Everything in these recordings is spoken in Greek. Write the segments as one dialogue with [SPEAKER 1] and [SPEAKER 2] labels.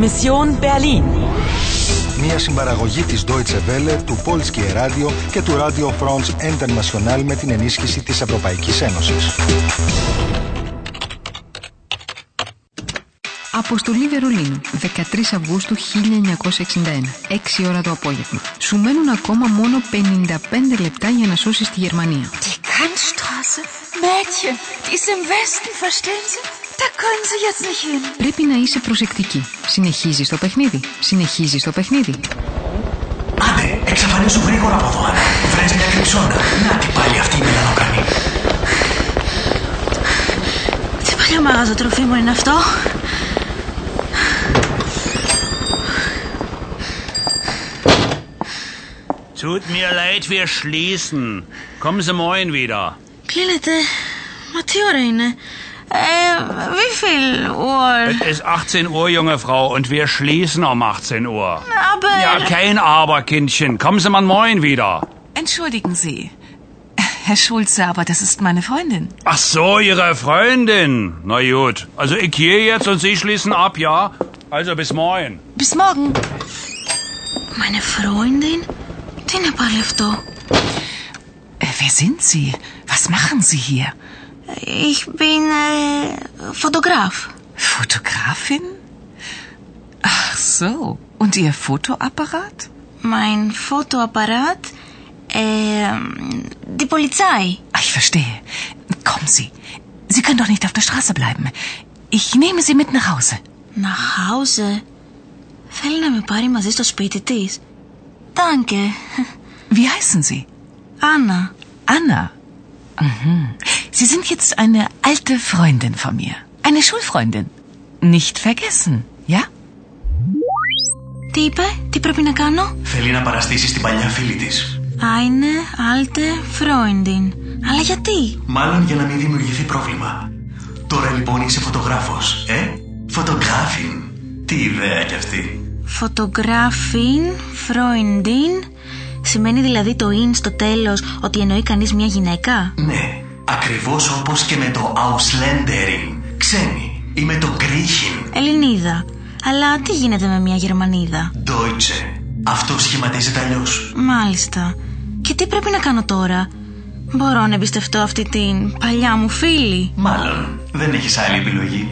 [SPEAKER 1] Mission Berlin.
[SPEAKER 2] Μια συμπαραγωγή της Deutsche Welle, του Polskie Radio και του Radio France International με την ενίσχυση της Ευρωπαϊκής Ένωσης.
[SPEAKER 3] Αποστολή Βερολίνου, 13 Αυγούστου 1961, 6 ώρα το απόγευμα. Σου μένουν ακόμα μόνο 55 λεπτά για να σώσεις τη Γερμανία.
[SPEAKER 4] Die Kantstraße? Mädchen, die ist im Westen, verstehen Sie? Da können Sie jetzt nicht hin.
[SPEAKER 3] Πρέπει να είσαι προσεκτική. Συνεχίζεις το παιχνίδι. Συνεχίζεις το παιχνίδι.
[SPEAKER 5] Άντε, εξαφανίσου γρήγορα από εδώ. Βρες μια κρυψώνα. Να την πάλι αυτή η μελανοκάνη.
[SPEAKER 4] Τι παλιό μαγαζό τροφίμων είναι αυτό.
[SPEAKER 6] Tut mir leid, wir schließen. Kommen Sie morgen wieder.
[SPEAKER 4] Κλείνεται. Μα τι ώρα είναι. Ε, wie viel Uhr?
[SPEAKER 6] Es ist 18 Uhr, junge Frau, und wir schließen um 18 Uhr.
[SPEAKER 4] Aber...
[SPEAKER 6] Ja, kein Aber, Kindchen. Kommen Sie mal morgen wieder.
[SPEAKER 7] Entschuldigen Sie. Herr Schulze, aber das ist meine Freundin.
[SPEAKER 6] Ach so, Ihre Freundin. Na gut. Also ich gehe jetzt und Sie schließen ab, ja? Also bis morgen.
[SPEAKER 7] Bis morgen.
[SPEAKER 4] Meine Freundin? ne Τι είναι πάλι αυτό.
[SPEAKER 7] Äh, wer sind Sie? Was machen Sie hier?
[SPEAKER 4] Ich bin äh, Fotograf.
[SPEAKER 7] Fotografin? Ach so. Und Ihr Fotoapparat?
[SPEAKER 4] Mein Fotoapparat, äh, die Polizei.
[SPEAKER 7] Ah, Ich verstehe. Kommen Sie. Sie können doch nicht auf der Straße bleiben. Ich nehme Sie mit nach Hause.
[SPEAKER 4] Nach Hause. Θέλει να με πάρει μαζί στο σπίτι της. Danke.
[SPEAKER 7] Wie heißen Sie?
[SPEAKER 4] Άννα.
[SPEAKER 7] Anna. Mhm. Sie sind jetzt eine alte Freundin von mir. Eine Schulfreundin. Nicht vergessen, ja?
[SPEAKER 4] Τι είπε, τι πρέπει να κάνω.
[SPEAKER 5] Θέλει να παραστήσει την παλιά φίλη της.
[SPEAKER 4] Eine alte Freundin. Αλλά γιατί.
[SPEAKER 5] Μάλλον για να μην δημιουργηθεί πρόβλημα. Τώρα λοιπόν είσαι φωτογράφος, ε? Φωτογράφιν. Τι ιδέα κι αυτή.
[SPEAKER 4] Φωτογράφιν, Freundin. Σημαίνει δηλαδή το in στο τέλος ότι εννοεί κανείς μια γυναίκα.
[SPEAKER 5] Ναι, ακριβώς όπως και με το Ausländerin. Ξένη. Ή με το Griechen.
[SPEAKER 4] Ελληνίδα. Αλλά τι γίνεται με μια Γερμανίδα.
[SPEAKER 5] Deutsche. Αυτό σχηματίζεται αλλιώς.
[SPEAKER 4] Μάλιστα. Και τι πρέπει να κάνω τώρα. Μπορώ να εμπιστευτώ αυτή την παλιά μου φίλη.
[SPEAKER 5] Μάλλον δεν έχεις άλλη επιλογή.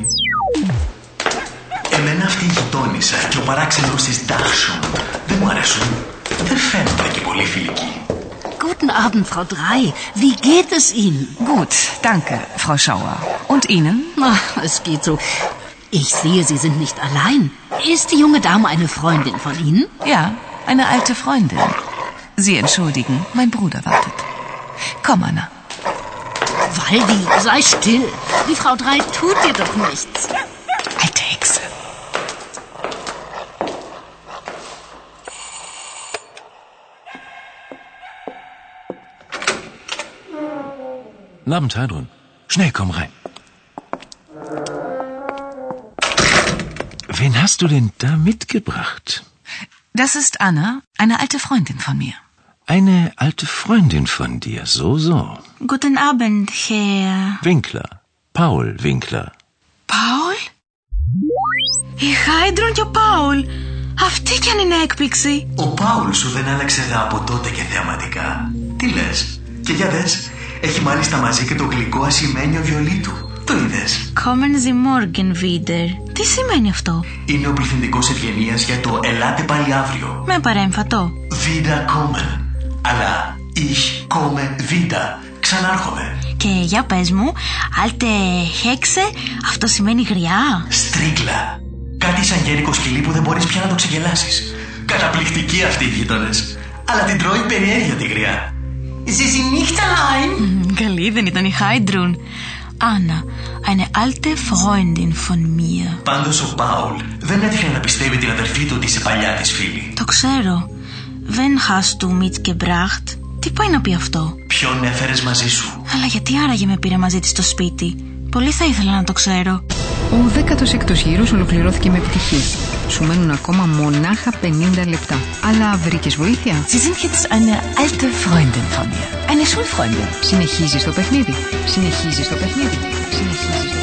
[SPEAKER 5] Εμένα αυτή η γειτόνισσα και ο παράξενος της Ντάξουν δεν μου αρέσουν. Δεν φαίνονται και πολύ φιλικοί.
[SPEAKER 8] Guten Abend, Frau Drei. Wie geht es Ihnen?
[SPEAKER 7] Gut, danke, Frau Schauer. Und Ihnen?
[SPEAKER 8] Ach, es geht so. Ich sehe, Sie sind nicht allein. Ist die junge Dame eine Freundin von Ihnen?
[SPEAKER 7] Ja, eine alte Freundin. Sie entschuldigen, mein Bruder wartet. Komm, Anna.
[SPEAKER 8] Waldi, sei still. Die Frau Drei tut dir doch nichts.
[SPEAKER 7] Alte Hexe.
[SPEAKER 9] Guten Abend, Heidrun. Schnell, komm rein. Wen hast du denn da mitgebracht?
[SPEAKER 7] Das ist Anna, eine alte Freundin von mir.
[SPEAKER 9] Eine alte Freundin von dir, so, so.
[SPEAKER 4] Guten Abend, Herr.
[SPEAKER 9] Winkler. Paul Winkler.
[SPEAKER 4] Paul. Η Χάιντρον και ο Πάουλ. Αυτή κι αν είναι έκπληξη.
[SPEAKER 5] Ο Πάουλ σου δεν άλλαξε δα από τότε και θεαματικά. Τι λες. Και για δες. Έχει μάλιστα μαζί και το γλυκό ασημένιο βιολί του. Το είδες.
[SPEAKER 4] Kommen Sie morgen wieder. Τι σημαίνει αυτό.
[SPEAKER 5] Είναι ο πληθυντικός ευγενίας για το «Ελάτε πάλι αύριο».
[SPEAKER 4] Με παρέμφατο.
[SPEAKER 5] Wieder kommen. Αλλά ich komme wieder. Ξανάρχομαι.
[SPEAKER 4] Και για πες μου, alte Hexe, αυτό σημαίνει γριά.
[SPEAKER 5] Στρίγκλα. Κάτι σαν γέρικο σκυλί που δεν μπορείς πια να το ξεγελάσεις. Καταπληκτικοί αυτοί οι γείτονες. Αλλά την τρώει περιέργεια τη γριά. Ζήσει νύχτα, Λάιν.
[SPEAKER 4] Μμμ, Καλή δεν ήταν η Χάιντρουν. Άννα, eine alte Freundin von mir.
[SPEAKER 5] Πάντως ο Πάουλ δεν έτυχε να πιστεύει την αδερφή του ότι είσαι παλιά της φίλη.
[SPEAKER 4] Το ξέρω. Wenn hast du mitgebracht. Τι πάει να πει αυτό.
[SPEAKER 5] Ποιον έφερες μαζί σου.
[SPEAKER 4] Αλλά γιατί άραγε με πήρε μαζί της στο σπίτι. Πολύ θα ήθελα να το ξέρω.
[SPEAKER 3] Ο 16ο γύρος ολοκληρώθηκε με επιτυχία. Σου μένουν ακόμα μονάχα 50 λεπτά. Αλλά βρήκες βοήθεια.
[SPEAKER 7] Sie sind jetzt eine alte Freundin von mir. Eine Schulfreundin.
[SPEAKER 3] Συνεχίζεις το παιχνίδι. Συνεχίζεις το παιχνίδι. Συνεχίζεις το παιχνίδι.